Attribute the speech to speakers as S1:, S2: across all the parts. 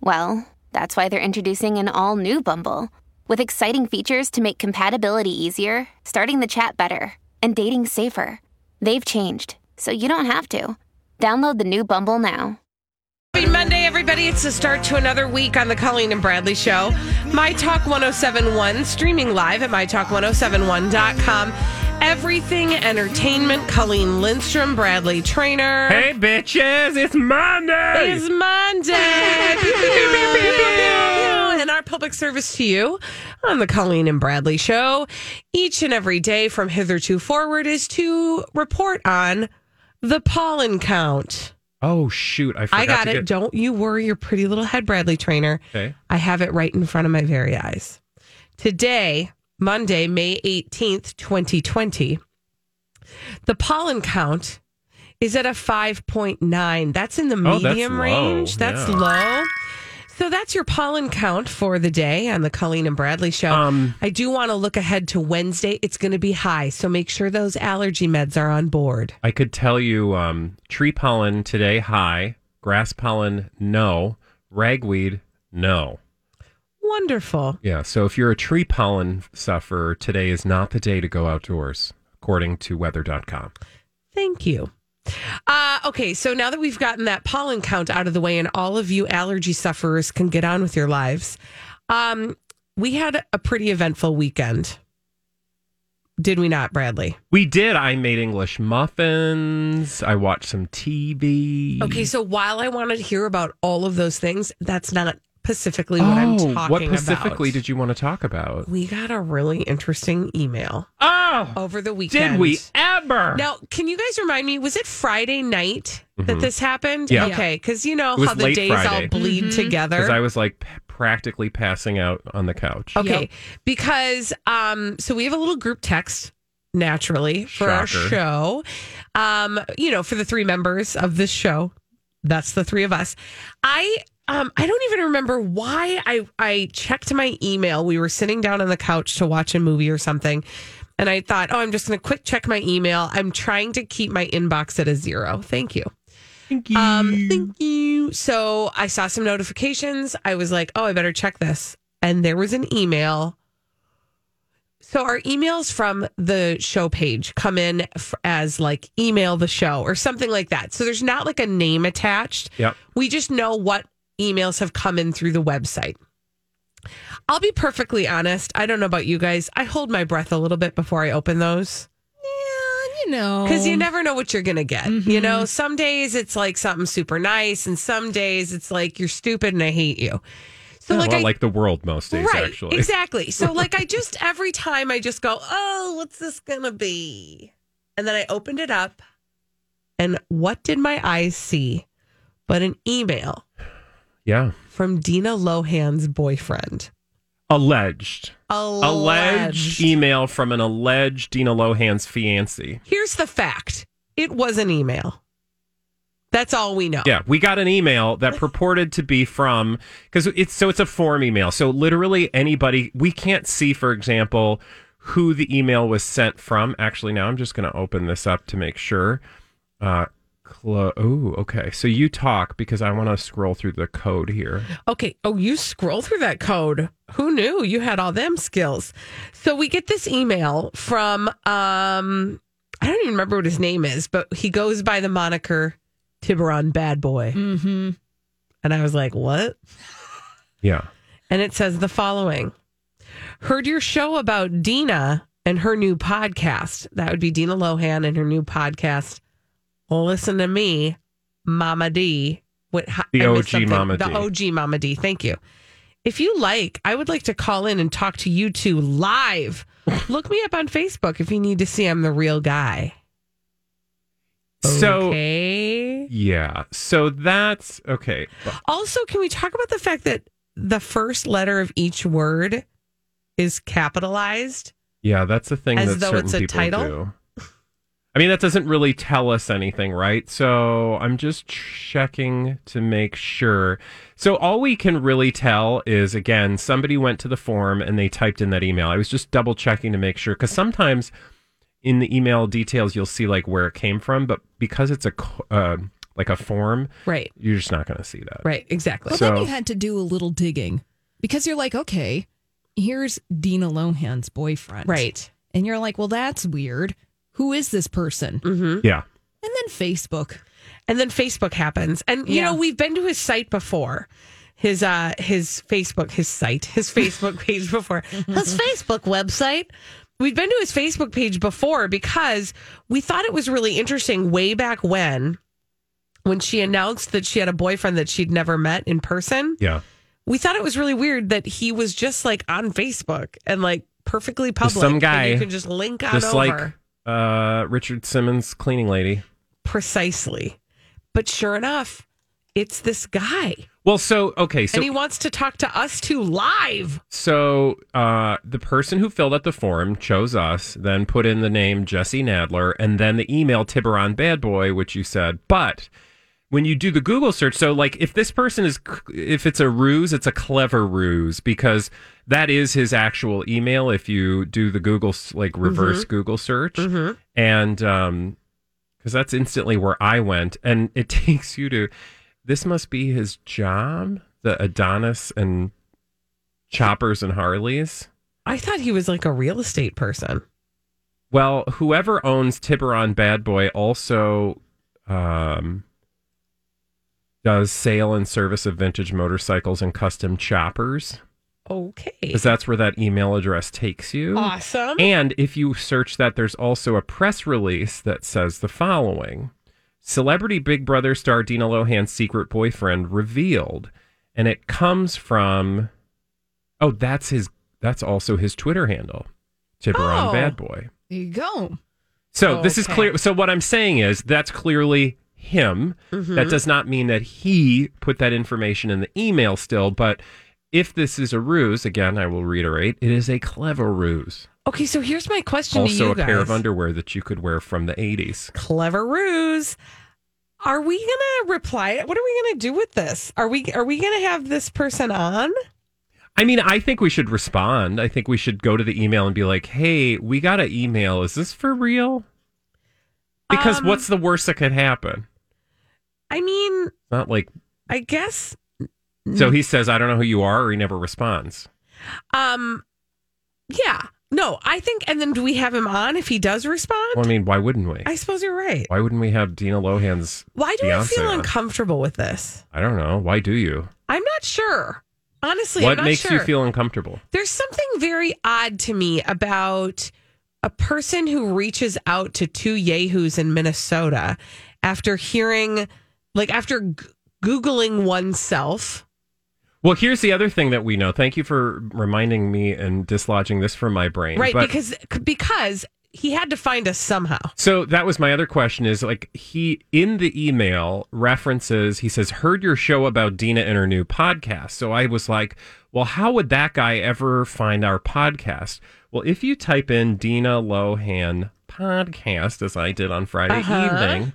S1: well, that's why they're introducing an all new Bumble with exciting features to make compatibility easier, starting the chat better, and dating safer. They've changed, so you don't have to. Download the new Bumble now.
S2: Happy Monday, everybody. It's the start to another week on the Colleen and Bradley Show. My Talk 1071, streaming live at mytalk1071.com. Everything Entertainment, Colleen Lindstrom, Bradley Trainer.
S3: Hey, bitches, it's Monday.
S2: It's Monday. Pew, pew, pew, pew, pew, pew, pew. and our public service to you on the Colleen and Bradley Show each and every day from hitherto forward is to report on the pollen count.
S3: oh, shoot. I forgot
S2: I got
S3: to
S2: it.
S3: get-
S2: Don't you worry your pretty little head, Bradley Trainer.
S3: Okay.
S2: I have it right in front of my very eyes. Today, Monday, May 18th, 2020, the pollen count is at a 5.9. That's in the
S3: Oh, that's
S2: medium
S3: low.
S2: range. That's
S3: Yeah.
S2: low. So that's your pollen count for the day on the Colleen and Bradley show.
S3: Um,
S2: I do want to look ahead to Wednesday. It's going to be high. So make sure those allergy meds are on board.
S3: I could tell you um, tree pollen today, high. Grass pollen, no. Ragweed, no.
S2: Wonderful.
S3: Yeah, so if you're a tree pollen sufferer, today is not the day to go outdoors, according to weather.com.
S2: Thank you. Uh, okay, so now that we've gotten that pollen count out of the way and all of you allergy sufferers can get on with your lives, um, we had a pretty eventful weekend. Did we not, Bradley?
S3: We did. I made English muffins. I watched some TV.
S2: Okay, so while I want to hear about all of those things, that's not specifically what I'm
S3: Oh,
S2: talking about.
S3: What specifically did you want to talk about?
S2: We got a really interesting email
S3: Oh,
S2: over the weekend.
S3: did we ever?
S2: Now, can you guys remind me? Was it Friday night that this happened?
S3: Mm-hmm. Yeah.
S2: Okay, because you know
S3: It was
S2: how the
S3: late
S2: days all
S3: Friday.
S2: bleed together.
S3: Because I was like p- practically passing out on the couch.
S2: Okay. Because um so we have a little group text naturally for our
S3: Shocker.
S2: show. Um you know, for the three members of this show. That's the three of us. I um I don't even remember why I I checked my email. We were sitting down on the couch to watch a movie or something. And I thought, oh, I'm just going to quick check my email. I'm trying to keep my inbox at a zero. Thank you.
S3: Thank you.
S2: Um, thank you. So I saw some notifications. I was like, oh, I better check this. And there was an email. So our emails from the show page come in f- as like email the show or something like that. So there's not like a name attached.
S3: Yep.
S2: We just know what emails have come in through the website. I'll be perfectly honest. I don't know about you guys. I hold my breath a little bit before I open those
S4: you know, Mm-hmm.
S2: because you never know what you're gonna get. You know, some days it's like something super nice, and some days it's like you're stupid and I hate you. So
S3: well,
S2: like
S3: like,
S2: I.
S3: the world most days,
S2: Right,
S3: actually.
S2: exactly. So, like, I just every time I just go, "Oh, what's this gonna be?" And then I opened it up, and what did my eyes see? But an email
S3: Yeah.
S2: from Dina Lohan's boyfriend.
S3: Alleged.
S2: Alleged.
S3: email from an alleged Dina Lohan's fiance.
S2: Here's the fact: it was an email. That's all we know.
S3: Yeah, we got an email that purported to be from because it's so it's a form email. So literally anybody we can't see, for example, who the email was sent from. Actually, now I'm just going to open this up to make sure. Uh, clo- oh, okay. So you talk because I want to scroll through the code here.
S2: Okay. Oh, you scroll through that code. Who knew you had all them skills? So we get this email from um I don't even remember what his name is, but he goes by the moniker Tiburon Bad Boy. Mm-hmm. And I was like, what?
S3: Yeah.
S2: And it says the following Heard your show about Dina and her new podcast. That would be Dina Lohan and her new podcast. Listen to me, Mama D. What, ho-
S3: The
S2: I missed
S3: OG
S2: something.
S3: Mama D.
S2: The OG Mama D. Thank you. If you like, I would like to call in and talk to you two live. Look me up on Facebook if you need to see I'm the real guy.
S3: So
S2: okay.
S3: yeah, so that's okay.
S2: Also, can we talk about the fact that the first letter of each word is capitalized?
S3: Yeah, that's the thing
S2: As
S3: that
S2: though
S3: certain
S2: it's a
S3: people
S2: title?
S3: do. I mean, that doesn't really tell us anything, right? So I'm just checking to make sure. So all we can really tell is again, somebody went to the form and they typed in that email. I was just double checking to make sure because sometimes in the email details you'll see like where it came from, but because it's a co- uh, like a form,
S2: Right.
S3: you're just not going to see that.
S2: Right. Exactly.
S4: Well, then
S3: So-
S4: you had to do a little digging because you're like, okay, here's Dina Lohan's boyfriend.
S2: Right.
S4: And you're like, well, that's weird. Who is this person? And
S3: Yeah.
S4: then Facebook.
S2: mm-hmm. and then Facebook happens. And you
S4: Yeah.
S2: know, we've been to his site before. His uh his Facebook his site, his Facebook page before.
S4: Mm-hmm.
S2: His Facebook website. We've been to his Facebook page before because we thought it was really interesting way back when when she announced that she had a boyfriend that she'd never met in person.
S3: Yeah.
S2: We thought it was really weird that he was just like on Facebook and like perfectly public.
S3: some
S2: and
S3: guy,
S2: you can just link on over
S3: Just like uh, Richard Simmons cleaning lady.
S2: precisely. But sure enough, it's this guy.
S3: Well, so okay, so
S2: and he wants to talk to us two live.
S3: So uh, the person who filled out the form chose us, then put in the name Jesse Nadler, and then the email Tiburon Bad Boy, which you said. But when you do the Google search, so like if this person is, if it's a ruse, it's a clever ruse because that is his actual email. If you do the Google s- like reverse Google search, and um, because that's instantly where I went, and it takes you to this must be his job, the Adonis and choppers and Harleys.
S2: I thought he was like a real estate person.
S3: Well, whoever owns Tiburon Bad Boy also um, does sale and service of vintage motorcycles and custom choppers
S2: Okay.
S3: because that's where that email address takes you.
S2: Oh, awesome?
S3: And if you search that, there's also a press release that says the following Celebrity Big Brother star Dina Lohan's secret boyfriend revealed. And it comes from, oh, that's his, that's also his Twitter handle, Tiburon
S2: Oh.
S3: Bad Boy.
S4: There you go.
S3: So this is
S2: Okay.
S3: clear. So what I'm saying is that's clearly him.
S2: Mm-hmm.
S3: That does not mean that he put that information in the email still, but. If this is a ruse, again, I will reiterate, it is a clever ruse
S2: Okay, so here's my question to
S3: also
S2: you
S3: a
S2: guys.
S3: pair of underwear that you could wear from the 80s.
S2: Clever ruse. Are we gonna reply? What are we gonna do with this? Are we are we gonna have this person on?
S3: I mean, I think we should respond. I think we should go to the email and be like, hey, we got an email. Is this for real? Because
S2: Um,
S3: what's the worst that could happen?
S2: I mean,
S3: It's Not like,
S2: I guess.
S3: so
S2: mm.
S3: he says, I don't know who you are, or he never responds.
S2: Um, yeah. No, I think. And then do we have him on if he does respond?
S3: Well, I mean, why wouldn't we?
S2: I suppose you're right.
S3: Why wouldn't we have Dina Lohan's?
S2: Why do I
S3: Beyonce
S2: feel
S3: on?
S2: uncomfortable with this?
S3: I don't know. Why do you?
S2: I'm not sure. Honestly, I'm
S3: what
S2: not
S3: makes you
S2: sure.
S3: feel uncomfortable?
S2: There's something very odd to me about a person who reaches out to two yahoos in Minnesota after hearing, like, after g- Googling oneself.
S3: Well, here's the other thing that we know. Thank you for reminding me and dislodging this from my brain.
S2: Right.
S3: But-
S2: because, because he had to find us somehow.
S3: So that was my other question is like he in the email references he says heard your show about Dina and her new podcast. So I was like, well how would that guy ever find our podcast? Well, if you type in Dina Lohan podcast as I did on Friday evening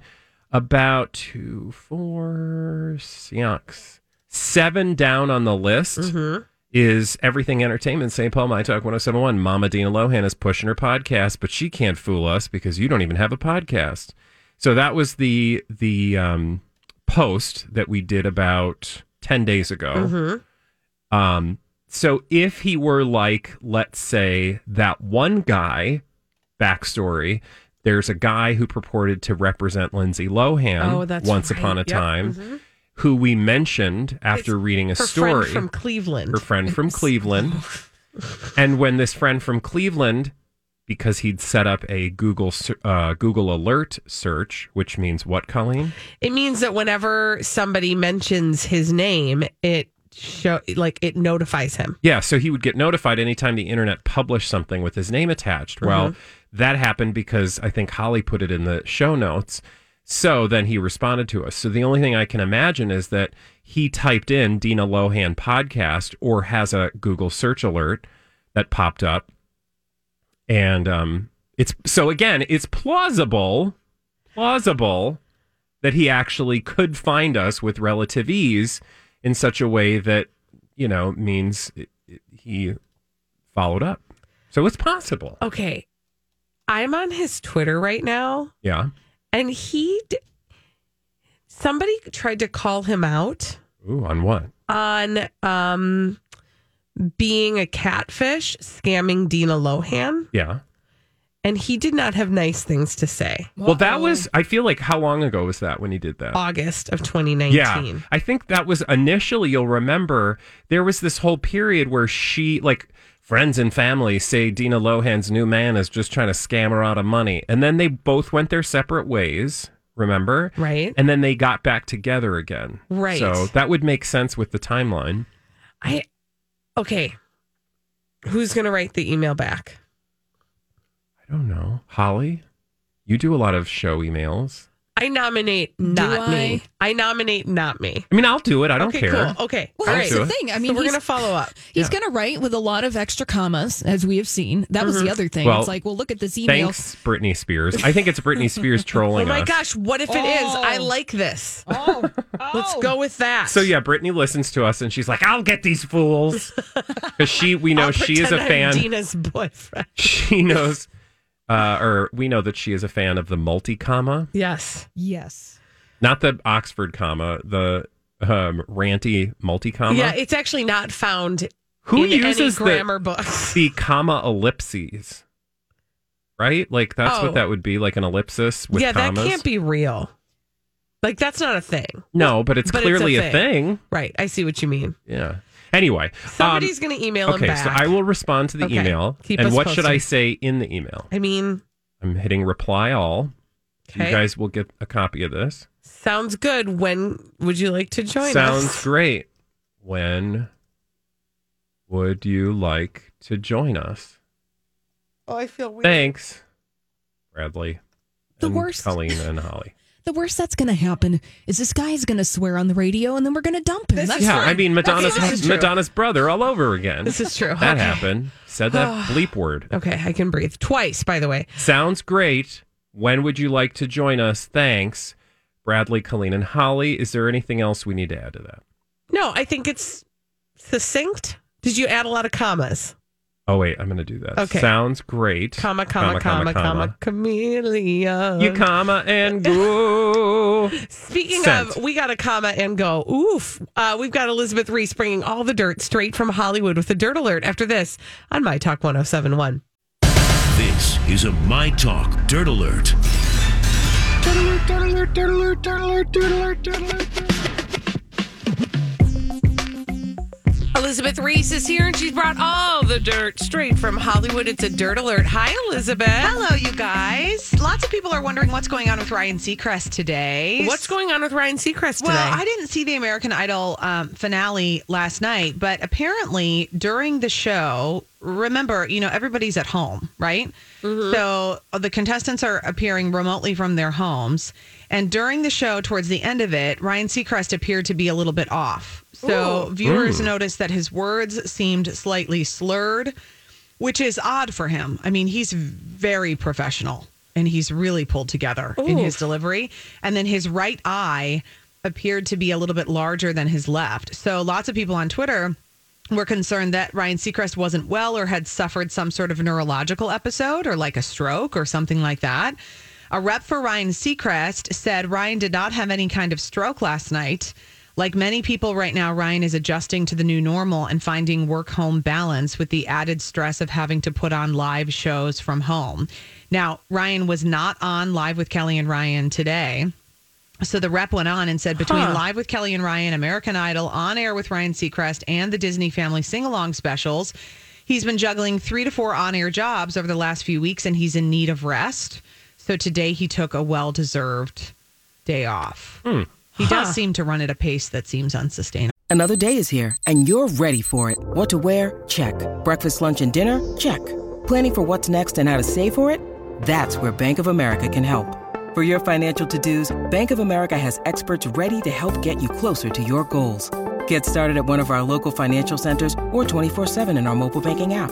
S3: about two, four, six, seven down on the list
S2: Mm-hmm.
S3: is Everything Entertainment, St. Paul, My Talk 1071. Mama Dina Lohan is pushing her podcast, but she can't fool us because you don't even have a podcast. So that was the the um, post that we did about 10 days ago.
S2: Mm-hmm.
S3: Um, so if he were like, let's say, that one guy, backstory, there's a guy who purported to represent Lindsay Lohan
S2: Oh, that's
S3: once
S2: right.
S3: upon a
S2: Yep. Mm-hmm.
S3: time, who we mentioned after reading a
S2: Her
S3: story
S2: friend from Cleveland.
S3: her friend from Cleveland. and when this friend from Cleveland, because he'd set up a Google ser- uh, Google Alert search, which means what, Colleen?
S2: It means that whenever somebody mentions his name, it show like it notifies him.
S3: Yeah, so he would get notified anytime the internet published something
S2: Mm-hmm.
S3: with his name attached. Well, that happened because I think Holly put it in the show notes. So then he responded to us. So the only thing I can imagine is that he typed in Dina Lohan podcast or has a Google search alert that popped up. And um, it's so again, it's plausible, plausible that he actually could find us with relative ease in such a way that, you know, means it- it- he followed up. So it's possible.
S2: Okay. I'm on his Twitter right now,
S3: Yeah.
S2: and he. D- somebody tried to call him out
S3: Ooh, on what?
S2: on um, being a catfish, scamming Dina Lohan,
S3: Yeah.
S2: and he did not have nice things to say.
S3: Well, that was, I feel like, how long ago was that when he did that?
S2: August of 2019.
S3: Yeah. I think that was initially, you'll remember, there was this whole period where she, like, friends and family say Dina Lohan's new man is just trying to scam her out of money. And then they both went their separate ways, remember?
S2: Right.
S3: And then they got back together again.
S2: Right.
S3: So that would make sense with the timeline.
S2: I okay. Who's gonna write the email back?
S3: I don't know. Holly, you do a lot of show emails.
S2: I nominate not
S4: I?
S2: me. I nominate not me.
S3: I mean, I'll do it. I don't
S2: okay,
S3: care.
S2: cool. Oh, Okay.
S4: Well,
S3: I'll
S2: All
S4: here's
S2: right.
S3: do
S4: the
S3: it.
S4: thing. I mean,
S2: so we're
S4: he's,
S2: gonna follow up.
S4: he's going to write with a lot of extra commas, as we have seen. That was the other thing.
S3: Well,
S4: it's like, well, look at this email.
S3: Thanks, Britney Spears. I think it's Britney Spears
S2: Oh
S3: trolling
S2: my
S3: us.
S2: gosh, what if it is?
S4: Oh.
S2: I like this.
S4: Oh,
S2: Let's go with that.
S3: So yeah, Brittany listens to us and she's like, "I'll get these fools," because she we know
S2: I'll
S3: she is a
S2: pretend I'm
S3: fan.
S2: Dina's boyfriend.
S3: She knows, uh, or we know that she is a fan of the multi comma,
S2: Yes.
S4: Yes.
S3: not the Oxford comma, the um, ranty multi comma.
S2: Yeah, it's actually not found
S3: Who
S2: in
S3: uses
S2: any grammar books.
S3: the the comma ellipses? Right, like that's
S2: Oh.
S3: what that would be, like an ellipsis with
S2: yeah,
S3: commas.
S2: that can't be real. Like that's not a thing.
S3: No, but it's
S2: But it's a
S3: clearly a,
S2: thing.
S3: thing.
S2: Right. I see what you mean.
S3: Yeah. Anyway, um,
S2: Somebody's gonna email him
S3: okay,
S2: back.
S3: so I will respond to the
S2: Okay,
S3: email.
S2: keep
S3: and
S2: us
S3: what should I
S2: posted.
S3: say in the email?
S2: I mean,
S3: I'm hitting reply all.
S2: okay.
S3: You guys will get a copy of this.
S2: Sounds good. When would you like to join
S3: Sounds
S2: us?
S3: great. When would you like to join us?
S2: Oh, I feel weird.
S3: Thanks, Bradley.
S4: The
S3: and
S4: worst.
S3: Colleen and Holly.
S4: The worst that's going to happen is this guy is going to swear on the radio, and then we're going to dump him.
S2: This
S4: That's
S2: is-
S3: yeah,
S2: fine.
S3: I mean
S2: That's
S3: Madonna's
S2: fine. This is true.
S3: Madonna's brother all over again.
S2: This is true.
S3: that
S2: okay.
S3: happened. Said that bleep word.
S2: Okay, I can breathe twice. By the way,
S3: Sounds great. When would you like to join us? Thanks, Bradley, Colleen, and Holly. Is there anything else we need to add to that?
S2: no, I think it's succinct. Did you add a lot of commas?
S3: Oh wait, I'm gonna do that.
S2: Okay.
S3: Sounds great.
S2: Comma, comma, comma, comma, chameleon.
S3: You comma and go.
S2: Speaking
S3: Sent.
S2: of, we got a comma and go. Oof. Uh, we've got Elizabeth Reese bringing all the dirt straight from Hollywood with a dirt alert after this on My Talk 1071.
S5: This is a My Talk Dirt Alert.
S2: Elizabeth Reese is here and she's brought all the dirt straight from Hollywood. It's a dirt alert. Hi, Elizabeth.
S6: Hello, you guys. Lots of people are wondering what's going on with Ryan Seacrest today.
S2: What's going on with Ryan Seacrest today?
S6: Well, I didn't see the American Idol um, finale last night, but apparently during the show, remember, you know, everybody's at home, right?
S2: Mm-hmm.
S6: So uh, the contestants are appearing remotely from their homes. And during the show, towards the end of it, Ryan Seacrest appeared to be a little bit off. So viewers noticed that his words seemed slightly slurred, which is odd for him. I mean, he's very professional and he's really pulled together in his delivery. And then his right eye appeared to be a little bit larger than his left. So lots of people on Twitter were concerned that Ryan Seacrest wasn't well or had suffered some sort of neurological episode or like a stroke or something like that. A rep for Ryan Seacrest said Ryan did not have any kind of stroke last night. Like many people right now, Ryan is adjusting to the new normal and finding work home balance with the added stress of having to put on live shows from home. Now, Ryan was not on Live with Kelly and Ryan today. So the rep went on and said between Live with Kelly and Ryan, American Idol, On Air with Ryan Seacrest, and the Disney Family Sing Along specials, he's been juggling three to four on air jobs over the last few weeks and he's in need of rest. So today he took a well deserved day off.
S2: Hmm.
S6: He does seem to run at a pace that seems unsustainable.
S7: Another day is here, and you're ready for it. What to wear? Check. Breakfast, lunch, and dinner? Check. Planning for what's next and how to save for it? That's where Bank of America can help. For your financial to-dos, Bank of America has experts ready to help get you closer to your goals. Get started at one of our local financial centers or 24-7 in our mobile banking app.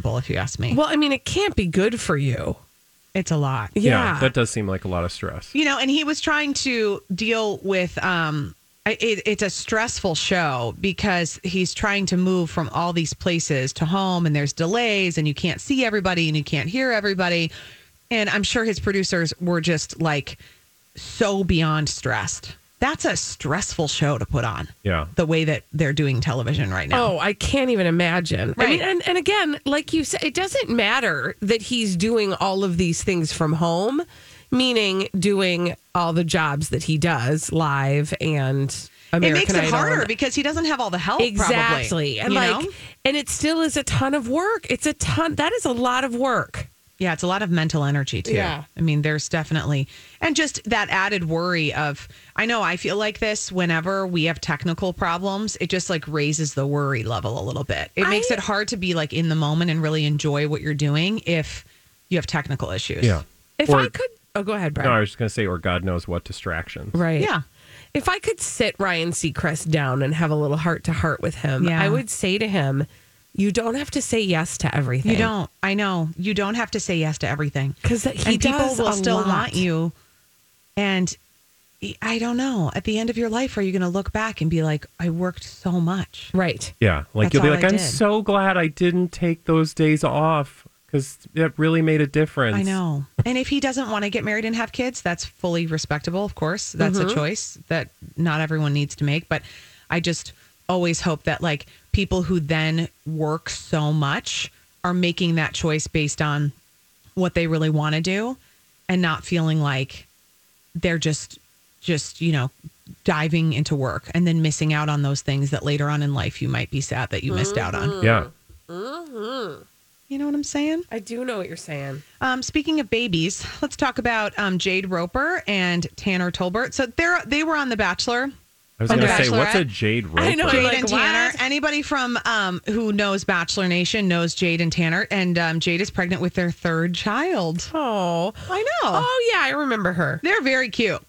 S6: if you ask me.
S2: Well, I mean, it can't be good for you.
S6: It's a lot.
S2: Yeah.
S3: that does seem like a lot of stress.
S6: You know, and he was trying to deal with um I- it, it's a stressful show because he's trying to move from all these places to home and there's delays and you can't see everybody and you can't hear everybody. And I'm sure his producers were just like so beyond stressed. That's a stressful show to put on.
S3: Yeah.
S6: The way that they're doing television right now.
S2: Oh, I can't even imagine. I
S6: Right.
S2: mean, and, and again, like you said, it doesn't matter that he's doing all of these things from home, meaning doing all the jobs that he does live and American
S6: it makes it
S2: Idol
S6: harder
S2: and-
S6: because he doesn't have all the help.
S2: exactly,
S6: Oh, probably,
S2: and
S6: you
S2: like,
S6: know?
S2: and it still is a ton of work. It's a ton. That is a lot of work.
S6: Yeah, it's a lot of mental energy too.
S2: Yeah.
S6: I mean, there's definitely and just that added worry of I know I feel like this whenever we have technical problems, it just like raises the worry level a little bit. It makes
S2: I-
S6: it hard to be like in the moment and really enjoy what you're doing if you have technical issues.
S3: Yeah.
S2: If
S3: Or-
S2: I could, oh, go ahead, Brian.
S3: No, I was just going to say, or God knows what distractions.
S2: Right.
S6: Yeah.
S2: If I could sit Ryan Seacrest down and have a little heart to heart with him,
S6: Yeah.
S2: I would say to him, "You don't have to say yes to everything.
S6: You don't. I know. You don't have to say yes to everything.
S2: because he
S6: and people
S2: does
S6: will
S2: a
S6: still
S2: lot.
S6: want you. And I don't know. At the end of your life, are you going to look back and be like, I worked so much?
S2: right?
S3: Yeah. Like
S6: That's
S3: you'll be
S6: all
S3: like,
S6: I
S3: I'm
S6: did.
S3: so glad I didn't take those days off because it really made a difference.
S6: I know. And if he doesn't want to get married and have kids, that's fully respectable, of course. That's a choice that not everyone needs to make. But I just always hope that, like, people who then work so much are making that choice based on what they really want to do and not feeling like they're just, just, you know, diving into work and then missing out on those things that later on in life you might be sad that you missed out on.
S3: Yeah.
S6: You know what I'm saying?
S2: I do know what you're saying.
S6: Um, speaking of babies, let's talk about um, Jade Roper and Tanner Tolbert. So they're they were on The Bachelor.
S3: I was
S6: On
S3: going
S6: The
S3: to say, what's a
S6: Bachelorette?
S3: jade rope?
S2: I know, I'm
S6: Jade
S2: like,
S6: and
S2: what?
S6: Tanner. Anybody from um, who knows Bachelor Nation knows Jade and Tanner. And um, Jade is pregnant with their third child.
S2: Oh,
S6: I know.
S2: oh yeah, I remember her.
S6: They're very cute.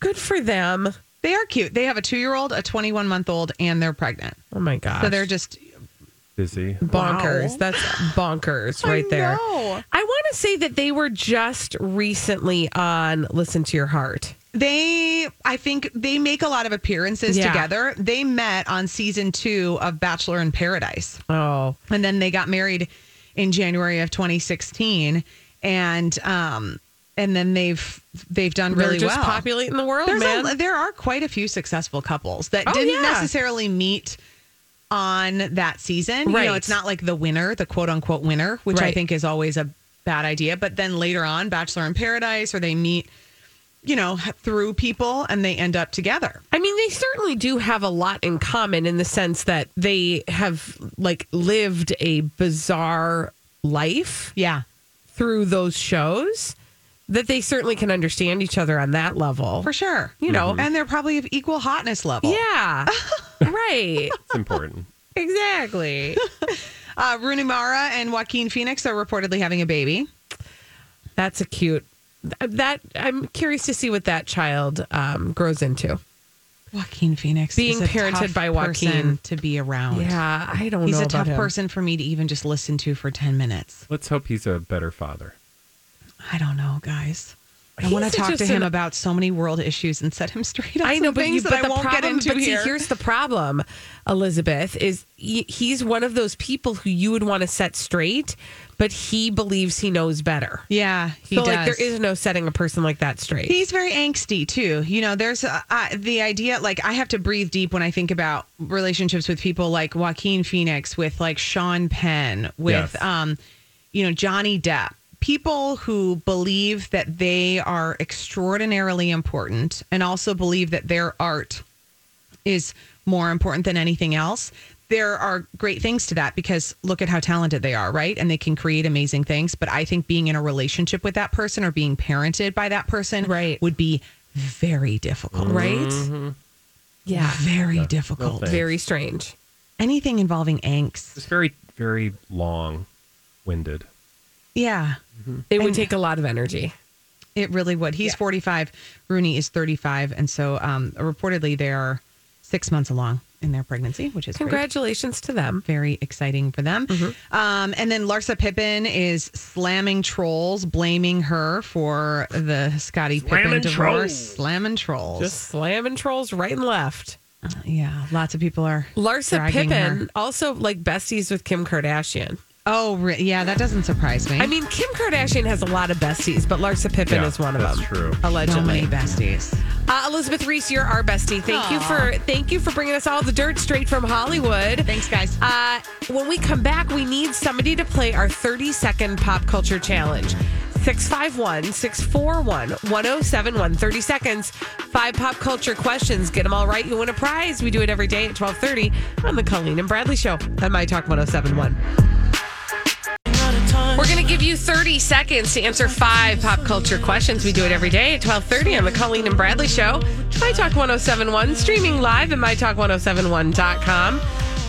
S2: Good for them.
S6: They are cute. They have a two year old, a twenty one month old, and they're pregnant.
S2: Oh my gosh.
S6: So they're just
S3: Busy.
S2: bonkers.
S6: Wow.
S2: That's bonkers right there.
S6: know.
S2: I want to say that they were just recently on Listen to Your Heart.
S6: they i think they make a lot of appearances
S2: Yeah.
S6: together they met on season two of bachelor in paradise
S2: Oh,
S6: and then they got married in January of 2016, and um, and then they've they've done really
S2: they're just
S6: well.
S2: populating the world,
S6: There's
S2: man.
S6: a, there are quite a few successful couples that
S2: Oh,
S6: didn't
S2: yeah.
S6: necessarily meet on that season. You know,
S2: Right.
S6: it's not like the winner, the quote unquote winner, which I
S2: Right.
S6: think is always a bad idea. But then later on, Bachelor in Paradise, or they meet, you know, through people and they end up together.
S2: I mean, they certainly do have a lot in common in the sense that they have like lived a bizarre life
S6: Yeah.
S2: through those shows. That they certainly can understand each other on that level.
S6: For sure.
S2: You know.
S6: and they're probably of equal hotness level.
S2: Mm-hmm. Yeah. right.
S3: It's important.
S2: Exactly.
S6: Uh, Rooney Mara and Joaquin Phoenix are reportedly having a baby.
S2: That's a cute. That I'm curious to see what that child um, grows into.
S6: Joaquin Phoenix
S2: Being parented by Joaquin.
S6: person to be around.
S2: Yeah, I don't
S6: he's
S2: know.
S6: a
S2: about
S6: tough
S2: him.
S6: person for me to even just listen to for ten minutes.
S3: Let's hope he's a better father.
S6: I don't know, guys. I want to
S2: He's
S6: talk to
S2: just
S6: him
S2: an-
S6: about so many world issues and set him straight on
S2: I know,
S6: some
S2: but, you,
S6: things
S2: but
S6: that I
S2: the
S6: won't
S2: problem,
S6: get into
S2: but see,
S6: here.
S2: here's the problem, Elizabeth, is he, he's one of those people who you would want to set straight, but he believes he knows better.
S6: yeah, he
S2: so
S6: does.
S2: like there is no setting a person like that straight.
S6: He's very angsty too. You know, there's uh, uh, the idea like I have to breathe deep when I think about relationships with people like Joaquin Phoenix, with like Sean Penn, with
S3: Yes.
S6: um, you know Johnny Depp. People who believe that they are extraordinarily important and also believe that their art is more important than anything else. There are great things to that because look at how talented they are, right? And they can create amazing things. But I think being in a relationship with that person or being parented by that person
S2: Right.
S6: would be very difficult,
S2: right?
S6: Yeah, very difficult.
S3: thanks.
S2: Very strange.
S6: Anything involving angst.
S3: It's very, very long winded.
S6: Yeah,
S2: It would take a lot of energy.
S6: it really would. He's 45, Rooney is 35. And so um, reportedly they're six months along in their pregnancy, which is great.
S2: Congratulations to them.
S6: very exciting for them.
S2: Mm-hmm.
S6: Um, and then Larsa Pippen is slamming trolls, blaming her for the Scotty Pippen
S3: Slamming
S6: divorce.
S3: trolls.
S6: Slamming trolls.
S2: Just slamming trolls right and left.
S6: yeah, lots of people are.
S2: Larsa
S6: dragging
S2: Pippen
S6: her.
S2: also like besties with Kim Kardashian.
S6: Oh, re- yeah, that doesn't surprise me.
S2: I mean, Kim Kardashian has a lot of besties, but Larsa Pippen
S3: Yeah,
S2: is one of
S3: that's
S2: them.
S3: true.
S6: so
S2: Allegedly.
S6: many besties.
S2: Uh, Elizabeth Reese, you're our bestie. Thank you for thank you for bringing us all the dirt straight from Hollywood.
S6: Thanks, guys.
S2: Uh, when we come back, we need somebody to play our 30 second pop culture challenge. 651 641 1071 30 seconds. Five pop culture questions. Get them all right. You win a prize. We do it every day at 1230 on the Colleen and Bradley Show on My Talk 1071. We're going to give you 30 seconds to answer five pop culture questions. We do it every day at 12:30 on the Colleen and Bradley show. My Talk 1071 streaming live at mytalk1071.com.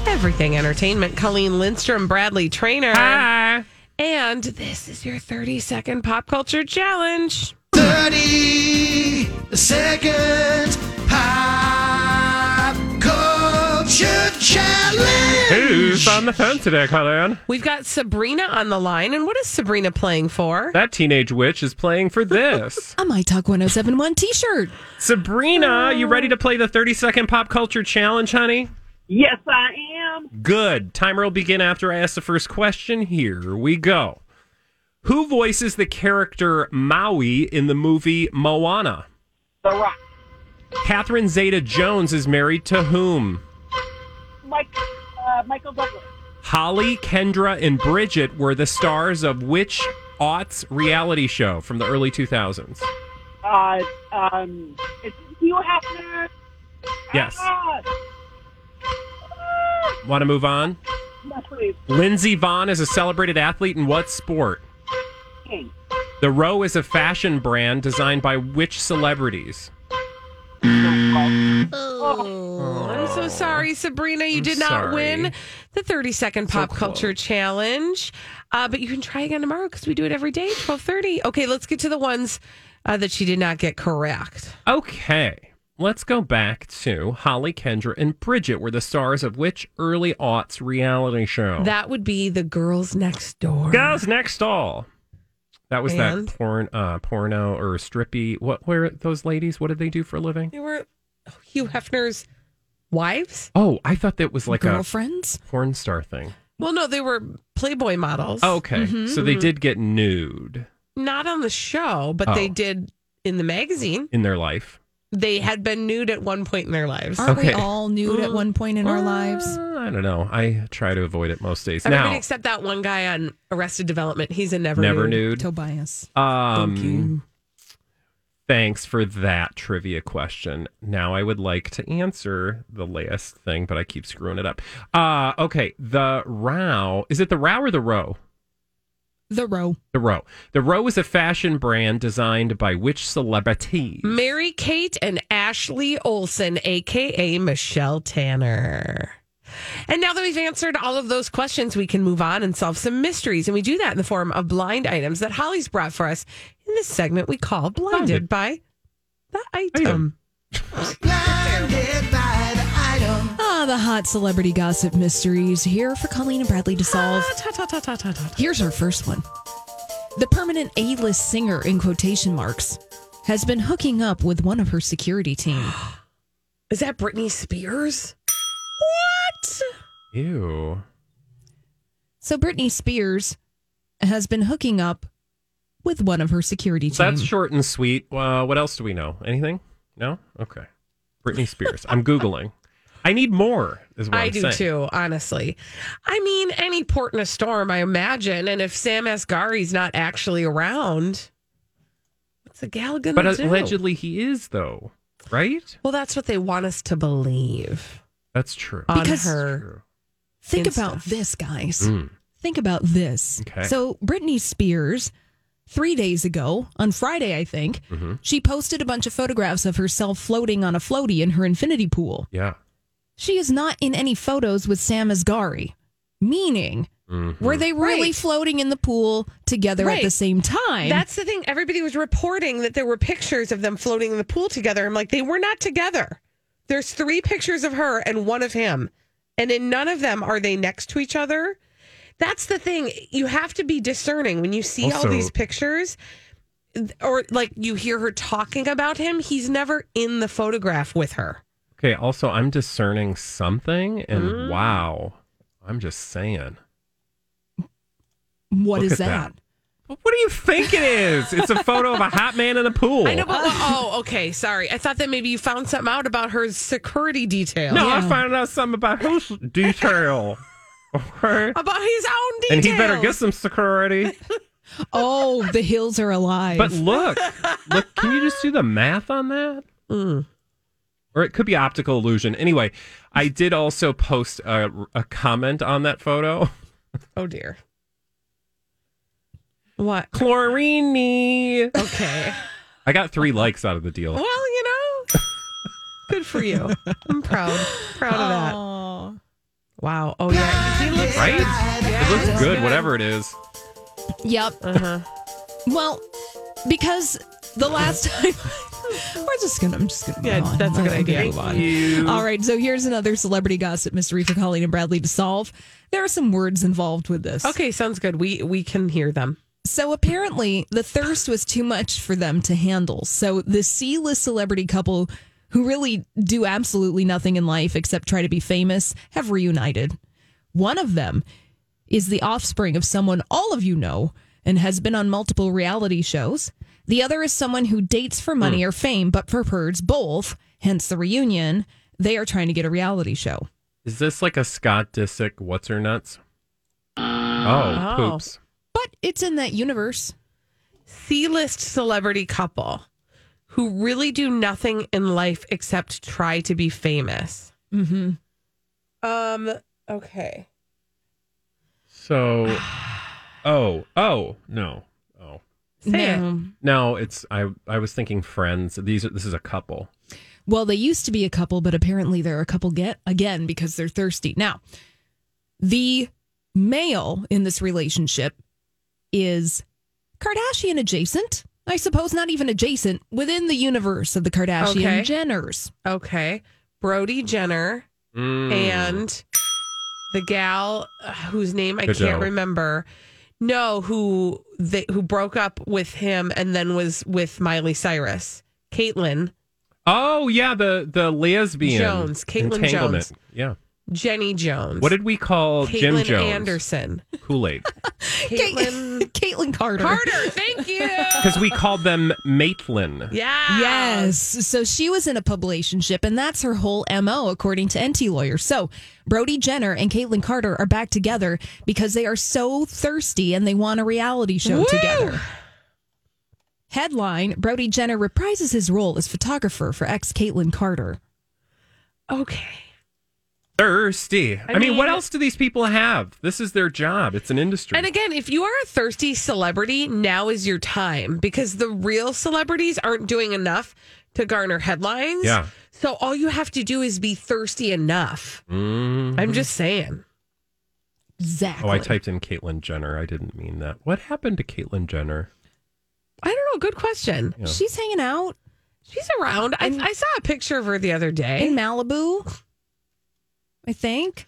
S2: Everything entertainment. Colleen Lindstrom, Bradley Trainer. Hi. And this is your 30 second pop culture challenge.
S5: 30 seconds pop culture challenge.
S3: Who's on the phone today, Colin?
S2: We've got Sabrina on the line. And what is Sabrina playing for?
S3: That teenage witch is playing for this.
S4: A My Talk 1071 t shirt.
S3: Sabrina, you ready to play the 30 second pop culture challenge, honey?
S8: Yes, I am.
S3: Good. Timer will begin after I ask the first question. Here we go. Who voices the character Maui in the movie Moana?
S8: The Rock.
S3: Catherine Zeta Jones is married to whom?
S8: Mike, uh, Michael Douglas.
S3: Holly, Kendra, and Bridget were the stars of which aughts reality show from the early 2000s?
S8: Uh, um, it's Hugh Hefner.
S3: Yes.
S8: Ah,
S3: Want to move on?
S8: yes, please.
S3: Lindsey Vaughn is a celebrated athlete in what sport?
S8: King.
S3: The Row is a fashion brand designed by which celebrities?
S2: I'm so sorry, Sabrina. You
S3: I'm
S2: did not
S3: sorry.
S2: win the 30 second
S3: So
S2: pop culture
S3: close.
S2: challenge, uh, but you can try again tomorrow because we do it every day, 12:30. Okay, let's get to the ones uh, that she did not get correct.
S3: Okay, let's go back to Holly, Kendra, and Bridget were the stars of which early aughts reality show?
S2: That would be the girls next door.
S3: Oh. Girls Next All. That was
S2: And?
S3: that porn, uh, porno or strippy. What were those ladies? What did they do for a living?
S2: They were oh, Hugh Hefner's wives.
S3: Oh, I thought that was like
S4: Girlfriends?
S3: a porn star thing.
S2: Well, no, they were Playboy models.
S3: Okay, so
S2: Mm-hmm.
S3: they did get nude
S2: not on the show, but
S3: Oh.
S2: they did in the magazine.
S3: in their life.
S2: They had been nude at one point in their lives.
S4: Aren't we
S3: Okay.
S4: all nude at one point in
S2: Oh.
S4: our lives?
S3: Uh, I don't know. I try to avoid it most days.
S2: Everybody
S3: now,
S2: except that one guy on Arrested Development. He's a never,
S3: never
S2: nude.
S3: nude.
S4: Tobias.
S3: Um,
S4: Thank you.
S3: Thanks for that trivia question. Now I would like to answer the last thing, but I keep screwing it up. Uh, okay, the row. Is it the row or the row?
S4: The row.
S3: The row. The row is a fashion brand designed by which celebrity?
S2: Mary Kate and Ashley Olson, aka Michelle Tanner. And now that we've answered all of those questions, we can move on and solve some mysteries. And we do that in the form of blind items that Holly's brought for us in this segment we call Blinded
S3: Blinded.
S2: by the Item.
S3: Item.
S4: Ah, the hot celebrity gossip mysteries here for Colleen and Bradley to solve.
S6: Ah,
S4: Here's our first one. The permanent A-list singer in quotation marks has been hooking up with one of her security team.
S6: Is that Britney Spears? What?
S3: Ew.
S4: So Britney Spears has been hooking up with one of her security
S6: E
S4: team.
S3: That's short and sweet. Uh, what else do we know? Anything? No? Okay. Britney Spears. I'm Googling. I need more, is what
S6: I
S3: am
S6: do
S3: saying.
S6: too, honestly. I mean, any port in a storm, I imagine. And if Sam Asghari's not actually around, what's a gal gonna
S3: But uh,
S6: do?
S3: allegedly he is, though, right?
S6: well, that's what they want us to believe
S3: That's true.
S6: on
S4: Because-
S6: her.
S4: Think
S6: Insta.
S4: about this, guys.
S3: Mm.
S4: Think about this.
S3: Okay.
S4: So Britney Spears, three days ago, on Friday, I think, she posted a bunch of photographs of herself floating on a floaty in her infinity pool.
S3: Yeah.
S4: She is not in any photos with Sam Asghari, meaning were they really
S6: Right.
S4: floating in the pool together at the
S6: Right.
S4: same time?
S6: That's the thing. Everybody was reporting that there were pictures of them floating in the pool together. I'm like, they were not together. There's three pictures of her and one of him. And in none of them are they next to each other. That's the thing. You have to be discerning when you see
S3: Also-
S6: all these pictures or like you hear her talking about him. He's never in the photograph with her.
S3: Okay. Also, I'm discerning something, and
S6: Hmm?
S3: wow. I'm just saying.
S4: what
S3: Look
S4: is
S3: at
S4: that?
S3: that. What do you think it is? It's a photo of a hot man in a pool.
S6: I know, but oh, okay. Sorry. I thought that maybe you found something out about her security detail.
S3: No, I
S4: Yeah.
S3: found out something about his detail. Okay.
S6: About his own details.
S3: And he better get some security.
S4: Oh, the hills are alive.
S3: But look, look, can you just do the math on that? Or it could be optical illusion. Anyway, I did also post a, a comment on that photo.
S6: Oh dear. What?
S3: Chlorini.
S6: Okay.
S3: I got three likes out of the deal.
S6: well, you know, good for you. I'm proud. Proud of that.
S4: Oh.
S6: Wow. Oh yeah. He looks
S3: Right?
S6: Yeah.
S3: It looks good, whatever it is.
S4: Yep.
S6: Uh-huh.
S4: Well, because the last time we're just gonna I'm just gonna move
S6: Yeah,
S4: on.
S6: that's a good
S4: I'm gonna
S6: idea.
S4: move on. All right, so here's another celebrity gossip mystery for Colleen and Bradley to solve. There are some words involved with this.
S6: Okay, sounds good. We we can hear them.
S4: So apparently, the thirst was too much for them to handle. So the C list celebrity couple, who really do absolutely nothing in life except try to be famous, have reunited. One of them is the offspring of someone all of you know and has been on multiple reality shows. The other is someone who dates for money
S6: Hmm.
S4: or fame, but prefers both, hence the reunion. They are trying to get a reality show.
S3: Is this like a Scott Disick what's her nuts? Oh,
S6: Oh.
S3: poops.
S4: But it's in that universe.
S6: C-list celebrity couple who really do nothing in life except try to be famous.
S4: Mm-hmm.
S6: Um. Okay.
S3: So Oh, oh, no. Oh.
S6: Say it.
S3: No, it's I I was thinking friends. These are this is a couple.
S4: Well, they used to be a couple, but apparently they're a couple get again because they're thirsty. Now, the male in this relationship is Kardashian adjacent. I suppose not even adjacent within the universe of the Kardashian
S6: Okay.
S4: Jenners.
S6: Okay. Brody Jenner.
S3: Mm.
S6: and the gal uh, whose name I
S3: Good
S6: can't
S3: job.
S6: remember. No, who they, who broke up with him and then was with Miley Cyrus, Caitlyn,
S3: Oh yeah, the the lesbian
S6: Jones, Caitlyn
S3: entanglement.
S6: Jones.
S3: Yeah.
S6: Jenny Jones.
S3: What did we call Jim
S6: Caitlyn
S3: Jones?
S6: Anderson?
S3: Kool Aid.
S6: Caitlyn
S4: Caitlyn Carter.
S6: Carter. Thank you.
S3: Because we called them Maitland.
S6: Yeah.
S4: Yes. So she was in a publicationship, and that's her whole MO, according to NT Lawyer. So Brody Jenner and Caitlyn Carter are back together because they are so thirsty and they want a reality show
S6: Woo!
S4: together. Headline Brody Jenner reprises his role as photographer for ex Caitlyn Carter.
S6: Okay.
S3: Thirsty. I, mean, what
S6: mean-
S3: else do these people have? This is their job. It's an industry.
S6: And again, if you are a thirsty celebrity, now is your time because the real celebrities aren't doing enough to garner headlines.
S3: Yeah.
S6: So all you have to do is be thirsty enough.
S3: Mm.
S6: I'm just saying.
S4: Exactly.
S3: Oh, I typed in Caitlyn Jenner. I didn't mean that. What happened to Caitlyn Jenner?
S6: I don't know. Good question.
S3: Yeah.
S4: She's hanging out
S6: She's around. I, I saw a picture of her the other day.
S4: in Malibu, I think.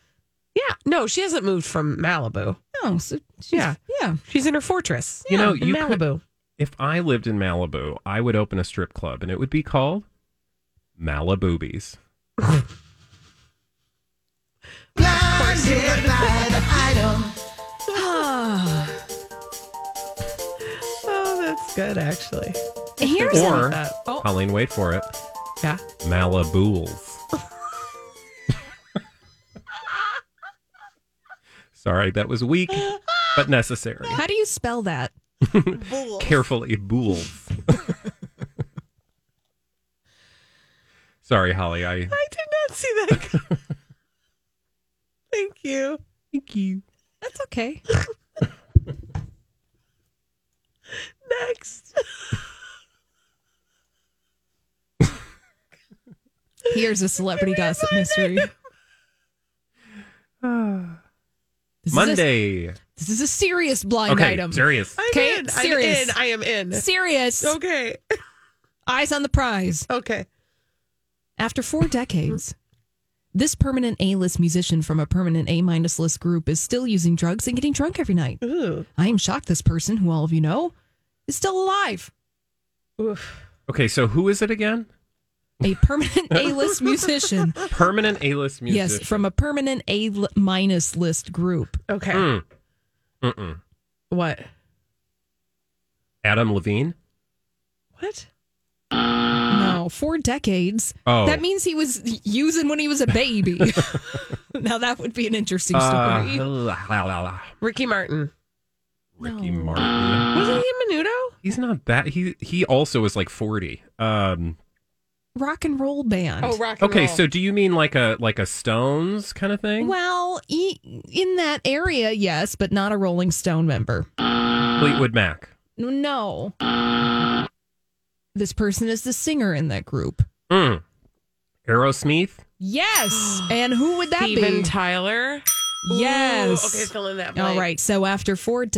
S6: yeah. No, she hasn't moved from Malibu.
S4: Oh, so she's,
S6: Yeah.
S4: yeah.
S6: She's in her fortress.
S3: You know,
S6: in
S3: you could-
S6: Malibu.
S3: If I lived in Malibu, I would open a strip club and it would be called Maliboobies.
S6: Oh, that's good, actually.
S2: Here's
S3: Or,
S2: a- oh,
S3: Colleen, wait for it,
S6: Yeah.
S3: Malibools. Sorry, that was weak, but necessary.
S2: how do you spell that?
S3: Carefully, bools. Sorry, Holly. I
S6: I did not see that. Thank you. Thank you.
S2: That's okay.
S6: Next.
S2: Here's a celebrity gossip mystery. This Is a,
S3: Monday.
S2: this is a serious blind
S3: Okay,
S2: item.
S3: serious.
S6: I'm
S2: Okay,
S6: in.
S2: serious.
S6: I'm in. I am in.
S2: Serious.
S6: Okay.
S2: Eyes on the prize.
S6: Okay.
S2: After four decades, this permanent A list musician from a permanent A minus list group is still using drugs and getting drunk every night.
S6: Ooh.
S2: I am shocked this person, who all of you know, is still alive.
S6: Oof.
S3: Okay, so who is it again?
S2: A permanent A list musician.
S3: Permanent A-list musician.
S2: Yes, from a permanent A li- minus list group.
S6: Okay.
S3: Mm. Mm-mm.
S6: What?
S3: Adam Levine.
S6: What?
S2: No, four decades.
S3: Oh.
S2: That means he was using when he was a baby. now that would be an interesting
S3: Uh,
S2: story.
S3: la, la, la, la.
S6: Ricky Martin.
S3: Ricky Martin.
S6: Wasn't he a Menudo?
S3: He's not that. He he also is like forty. Um.
S2: Rock and roll band.
S6: Oh, rock. and
S3: Okay,
S6: roll.
S3: so do you mean like a like a Stones kind of thing?
S2: Well, e- in that area, yes, but not a Rolling Stone member.
S3: Fleetwood Mac.
S2: No. This person is the singer in that group.
S3: Mm. Aerosmith.
S2: Yes. and who would that
S6: Steven
S2: be?
S6: Tyler.
S2: yes.
S6: Ooh, okay, fill in that blank.
S2: All right. So after four de-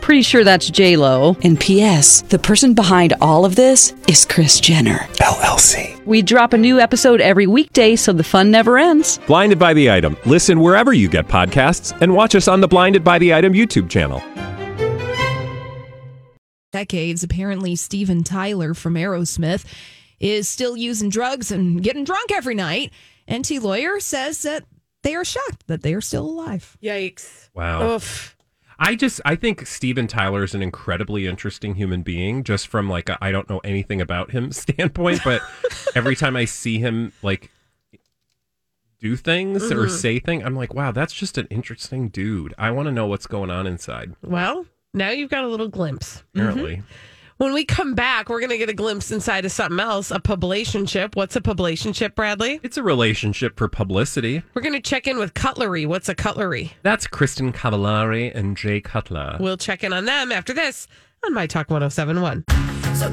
S9: Pretty sure that's J Lo. And P.S. The person behind all of this is Chris Jenner LLC. We drop a new episode every weekday, so the fun never ends.
S3: Blinded by the Item. Listen wherever you get podcasts and watch us on the Blinded by the Item YouTube channel.
S2: decades, apparently Steven Tyler from Aerosmith is still using drugs and getting drunk every night. NT lawyer says that they are shocked that they are still alive.
S6: Yikes.
S3: Wow.
S6: Oof.
S3: I just I think Steven Tyler is an incredibly interesting human being just from like I I don't know anything about him standpoint, but every time I see him like do things or say things, I'm like, wow, that's just an interesting dude. I want to know what's going on inside.
S6: Well, now you've got a little glimpse.
S3: Apparently.
S6: When we come back, we're going to get a glimpse inside of something else, a publicationship. What's a publicationship, Bradley?
S3: It's a relationship for publicity.
S6: We're going to check in with cutlery. What's a cutlery?
S3: That's Kristen Cavallari and Jay Cutler.
S6: We'll check in on them after this on My Talk 1071.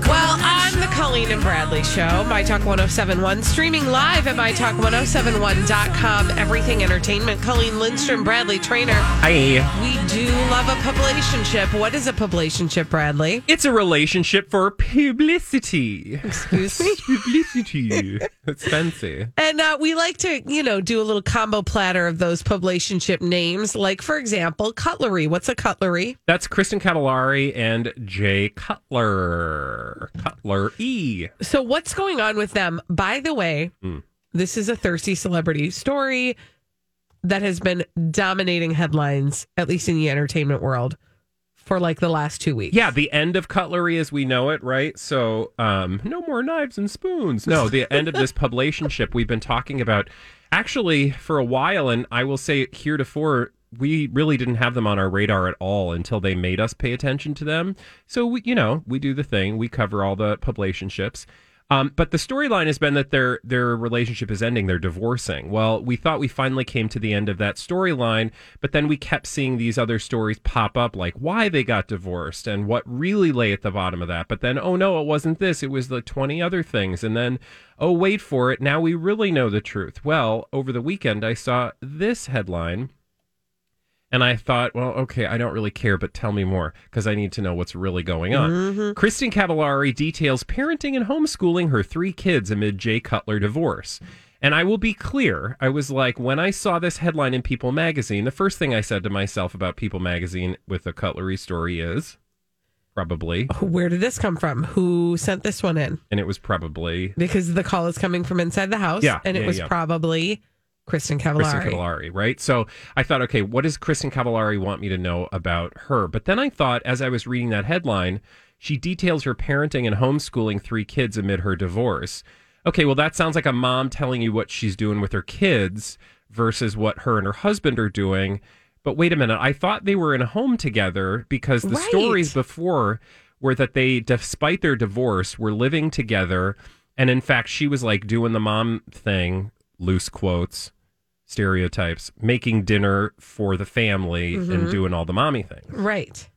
S6: Well, on the Colleen and Bradley Show, My Talk 1071, streaming live at MyTalk1071.com, everything entertainment. Colleen Lindstrom, Bradley Trainer.
S3: Hi.
S6: We do love a publicationship. What is a publicationship, Bradley?
S3: It's a relationship for publicity.
S6: Excuse me?
S3: publicity. It's fancy.
S6: And uh, we like to, you know, do a little combo platter of those publicationship names. Like, for example, cutlery. What's a cutlery?
S3: That's Kristen Cavallari and Jay Cutler. Cutler E.
S6: So, what's going on with them? By the way,
S3: Hmm.
S6: this is a thirsty celebrity story that has been dominating headlines, at least in the entertainment world, for like the last two weeks.
S3: Yeah, the end of cutlery as we know it, right? So, um, no more knives and spoons. No, the end of this publicationship we've been talking about actually for a while, and I will say heretofore, we really didn't have them on our radar at all until they made us pay attention to them. So we, you know, we do the thing. We cover all the publicationships. Um, but the storyline has been that their their relationship is ending. They're divorcing. Well, we thought we finally came to the end of that storyline, but then we kept seeing these other stories pop up, like why they got divorced and what really lay at the bottom of that. But then, oh no, it wasn't this. It was the twenty other things. And then, oh wait for it. Now we really know the truth. Well, over the weekend, I saw this headline. And I thought, well, okay, I don't really care, but tell me more because I need to know what's really going on.
S10: Mhm.
S3: Kristen Cavallari details parenting and homeschooling her three kids amid Jay Cutler divorce. And I will be clear, I was like, when I saw this headline in People magazine, the first thing I said to myself about People magazine with the cutlery story is probably,
S6: Where did this come from? Who sent this one in?
S3: and it was probably
S6: Because the call is coming from inside the house,
S3: Yeah,
S6: and it
S3: yeah,
S6: was
S3: yeah.
S6: probably Kristen Cavallari.
S3: Kristen Cavallari, right? So I thought, okay, what does Kristen Cavallari want me to know about her? But then I thought, as I was reading that headline, she details her parenting and homeschooling three kids amid her divorce. Okay, well, that sounds like a mom telling you what she's doing with her kids versus what her and her husband are doing. But wait a minute, I thought they were in a home together because the
S10: Right.
S3: stories before were that they, despite their divorce, were living together. And in fact, she was like doing the mom thing, loose quotes, stereotypes, making dinner for the family and
S6: Mhm.
S3: doing all the mommy things.
S6: Right.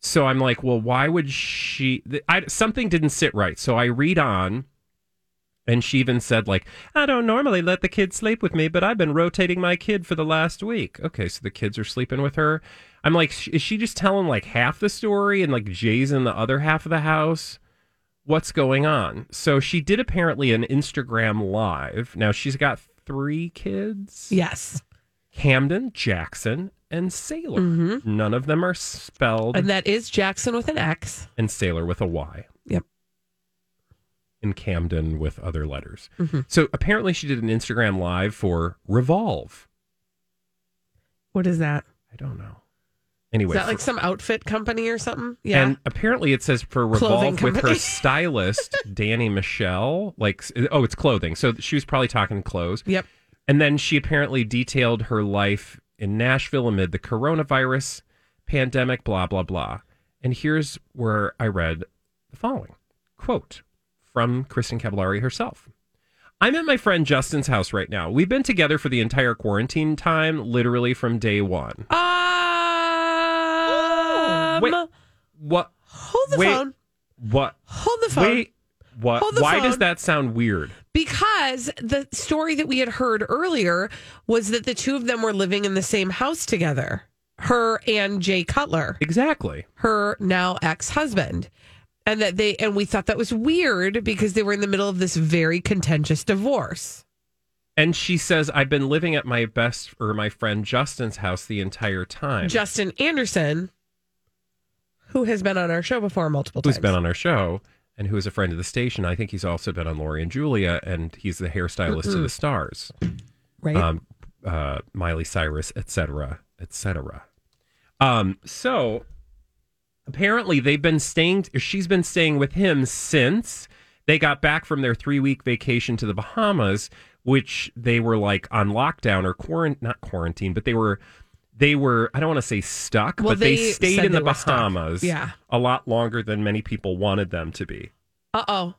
S3: So I'm like, well, why would she? th- I, something didn't sit right. So I read on, and she even said, like, I don't normally let the kids sleep with me, but I've been rotating my kid for the last week. Okay, so the kids are sleeping with her. I'm like, sh- is she just telling like half the story and like Jay's in the other half of the house? What's going on? So she did apparently an Instagram live. Now she's got three kids.
S6: Yes.
S3: Camden, Jackson, and Sailor.
S6: Mhm.
S3: None of them are spelled
S6: And that is Jackson with an X.
S3: and Sailor with a Y.
S6: Yep.
S3: And Camden with other letters.
S6: Mm-hmm.
S3: So apparently she did an Instagram live for Revolve.
S6: What is that?
S3: I don't know. Anyway,
S6: is that
S3: for-
S6: like some outfit company or something? Yeah.
S3: and apparently it says for
S6: Clothing
S3: Revolve with her
S6: company.
S3: stylist, Danny Michelle. Like, oh, it's clothing. So she was probably talking clothes.
S6: Yep.
S3: And then she apparently detailed her life in Nashville amid the coronavirus pandemic, blah, blah, blah. And here's where I read the following quote from Kristen Cavallari herself. I'm at my friend Justin's house right now. We've been together for the entire quarantine time, literally from day one.
S6: Um,
S3: Wait, what?
S6: Hold the
S3: wait,
S6: phone.
S3: What?
S6: Hold the phone.
S3: Wait, what?
S6: Hold the
S3: Why does
S6: phone.
S3: that sound weird?
S6: Because the story that we had heard earlier was that the two of them were living in the same house together, her and Jay Cutler,
S3: exactly,
S6: her now ex husband, and that they and we thought that was weird because they were in the middle of this very contentious divorce.
S3: And she says, I've been living at my best or my friend Justin's house the entire time.
S6: Justin Anderson, who has been on our show before multiple
S3: who's
S6: times,
S3: been on our show and who is a friend of the station. I think he's also been on Laurie and Julia, and he's the hairstylist to
S6: Mhm.
S3: the stars,
S6: Right.
S3: Um, uh, Miley Cyrus, etc., etc. Um, so apparently they've been staying. She's been staying with him since they got back from their three-week vacation to the Bahamas, which they were like on lockdown or quarant not quarantine, but they were. They were, I don't want to say stuck,
S6: Well,
S3: but they,
S6: they
S3: stayed
S6: said
S3: in the
S6: they were stuck.
S3: Bahamas
S6: Yeah.
S3: a lot longer than many people wanted them to be.
S6: Uh oh.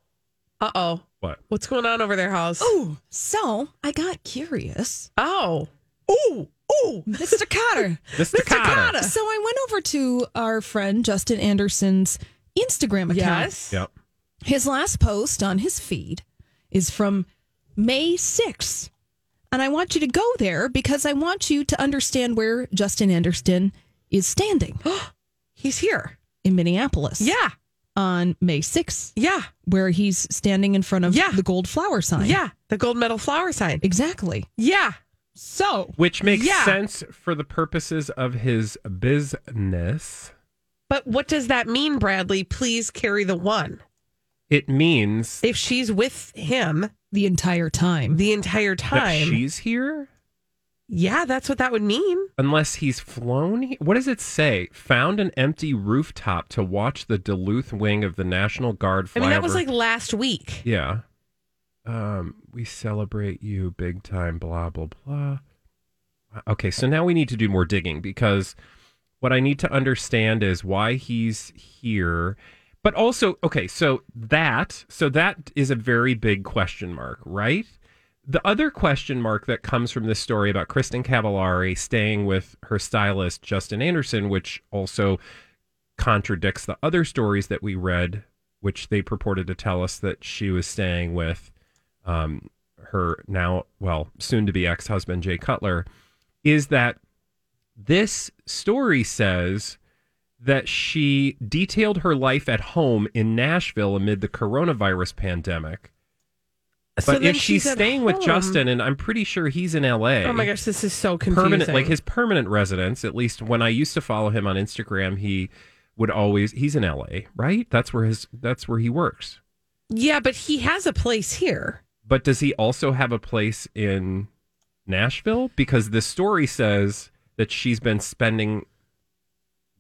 S6: Uh oh.
S3: What?
S6: What's going on over their house?
S4: Oh, so I got curious.
S6: Oh.
S4: Oh, oh, Mr. Cotter.
S3: Mr. Cotter.
S4: So I went over to our friend Justin Anderson's Instagram account.
S6: Yes.
S3: Yep.
S4: His last post on his feed is from May 6th. And I want you to go there because I want you to understand where Justin Anderson is standing.
S6: he's here
S4: in Minneapolis.
S6: Yeah.
S4: On May 6th.
S6: Yeah.
S4: Where he's standing in front of the gold flower sign.
S6: Yeah. The gold medal flower sign.
S4: Exactly.
S6: Yeah.
S4: So,
S3: Which makes
S6: Yeah.
S3: sense for the purposes of his business.
S6: But what does that mean, Bradley? Please carry the one.
S3: It means
S6: If she's with him
S4: the entire time,
S6: the entire
S3: that
S6: time.
S3: she's here
S6: yeah, that's what that would mean.
S3: unless he's flown. he- What does it say? Found an empty rooftop to watch the Duluth wing of the National Guard flyover.
S6: I mean, that was like last week.
S3: yeah. Um, we celebrate you big time. Blah blah blah. Okay, so now we need to do more digging because what I need to understand is why he's here. But also, okay, so that so that is a very big question mark, right? The other question mark that comes from this story about Kristen Cavallari staying with her stylist Justin Anderson, which also contradicts the other stories that we read, which they purported to tell us that she was staying with um, her now, well, soon to be ex husband, Jay Cutler, is that this story says that she detailed her life at home in Nashville amid the coronavirus pandemic.
S6: So
S3: but
S6: then
S3: if she's,
S6: she's at
S3: staying with
S6: home.
S3: Justin, and I'm pretty sure he's in LA.
S6: Oh my gosh, this is so confusing.
S3: Permanent, like his permanent residence, at least when I used to follow him on Instagram, he would always, he's in LA, right? That's where his, that's where he works.
S6: yeah, but he has a place here.
S3: But does he also have a place in Nashville? Because the story says that she's been spending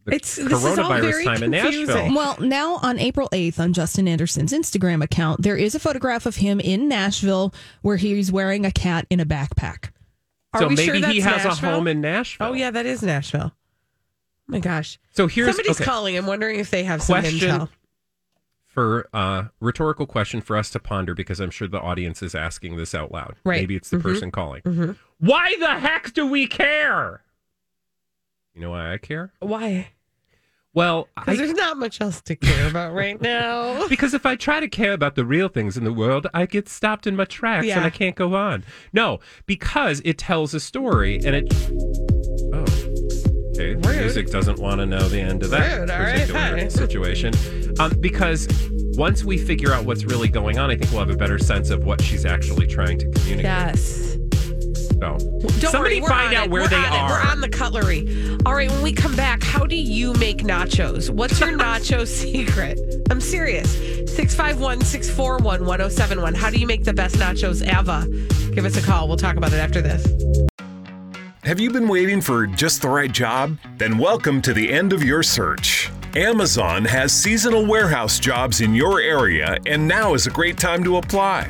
S3: the
S6: It's- this is all
S3: coronavirus
S6: very
S3: time in Nashville.
S11: Well, now on April 8th on Justin Anderson's Instagram account, there is a photograph of him in Nashville where he's wearing a cat in a backpack.
S3: so maybe he has a home in Nashville.
S6: Oh yeah, that is Nashville. Oh my gosh.
S3: So here's
S6: somebody's
S3: okay,
S6: calling. I'm wondering if they have some
S3: question
S6: intel.
S3: for uh, rhetorical question for us to ponder because I'm sure the audience is asking this out loud.
S6: Right.
S3: Maybe it's the
S6: Mhm.
S3: person calling.
S6: Mhm.
S3: Why the heck do we care? You know why I care?
S6: Why?
S3: Well,
S6: Because there's not much else to care about right now.
S3: Because if I try to care about the real things in the world, I get stopped in my tracks
S6: Yeah.
S3: and I can't go on. No, because it tells a story and it. Oh. Okay, the
S6: Rude.
S3: music doesn't want to know the end of that
S6: Rude, all right,
S3: particular
S6: hi.
S3: situation. Um, because once we figure out what's really going on, I think we'll have a better sense of what she's actually trying to communicate.
S6: Yes.
S3: So,
S6: Don't
S3: somebody
S6: worry, we're
S3: find
S6: on
S3: out
S6: it.
S3: where
S6: We're
S3: they
S6: on It.
S3: are.
S6: We're on the cutlery. All right, when we come back, how do you make nachos? What's your nacho secret? I'm serious. 651 641 1071. How do you make the best nachos ever? Give us a call. We'll talk about it after this.
S4: Have you been waiting for just the right job? Then welcome to the end of your search. Amazon has seasonal warehouse jobs in your area, and now is a great time to apply.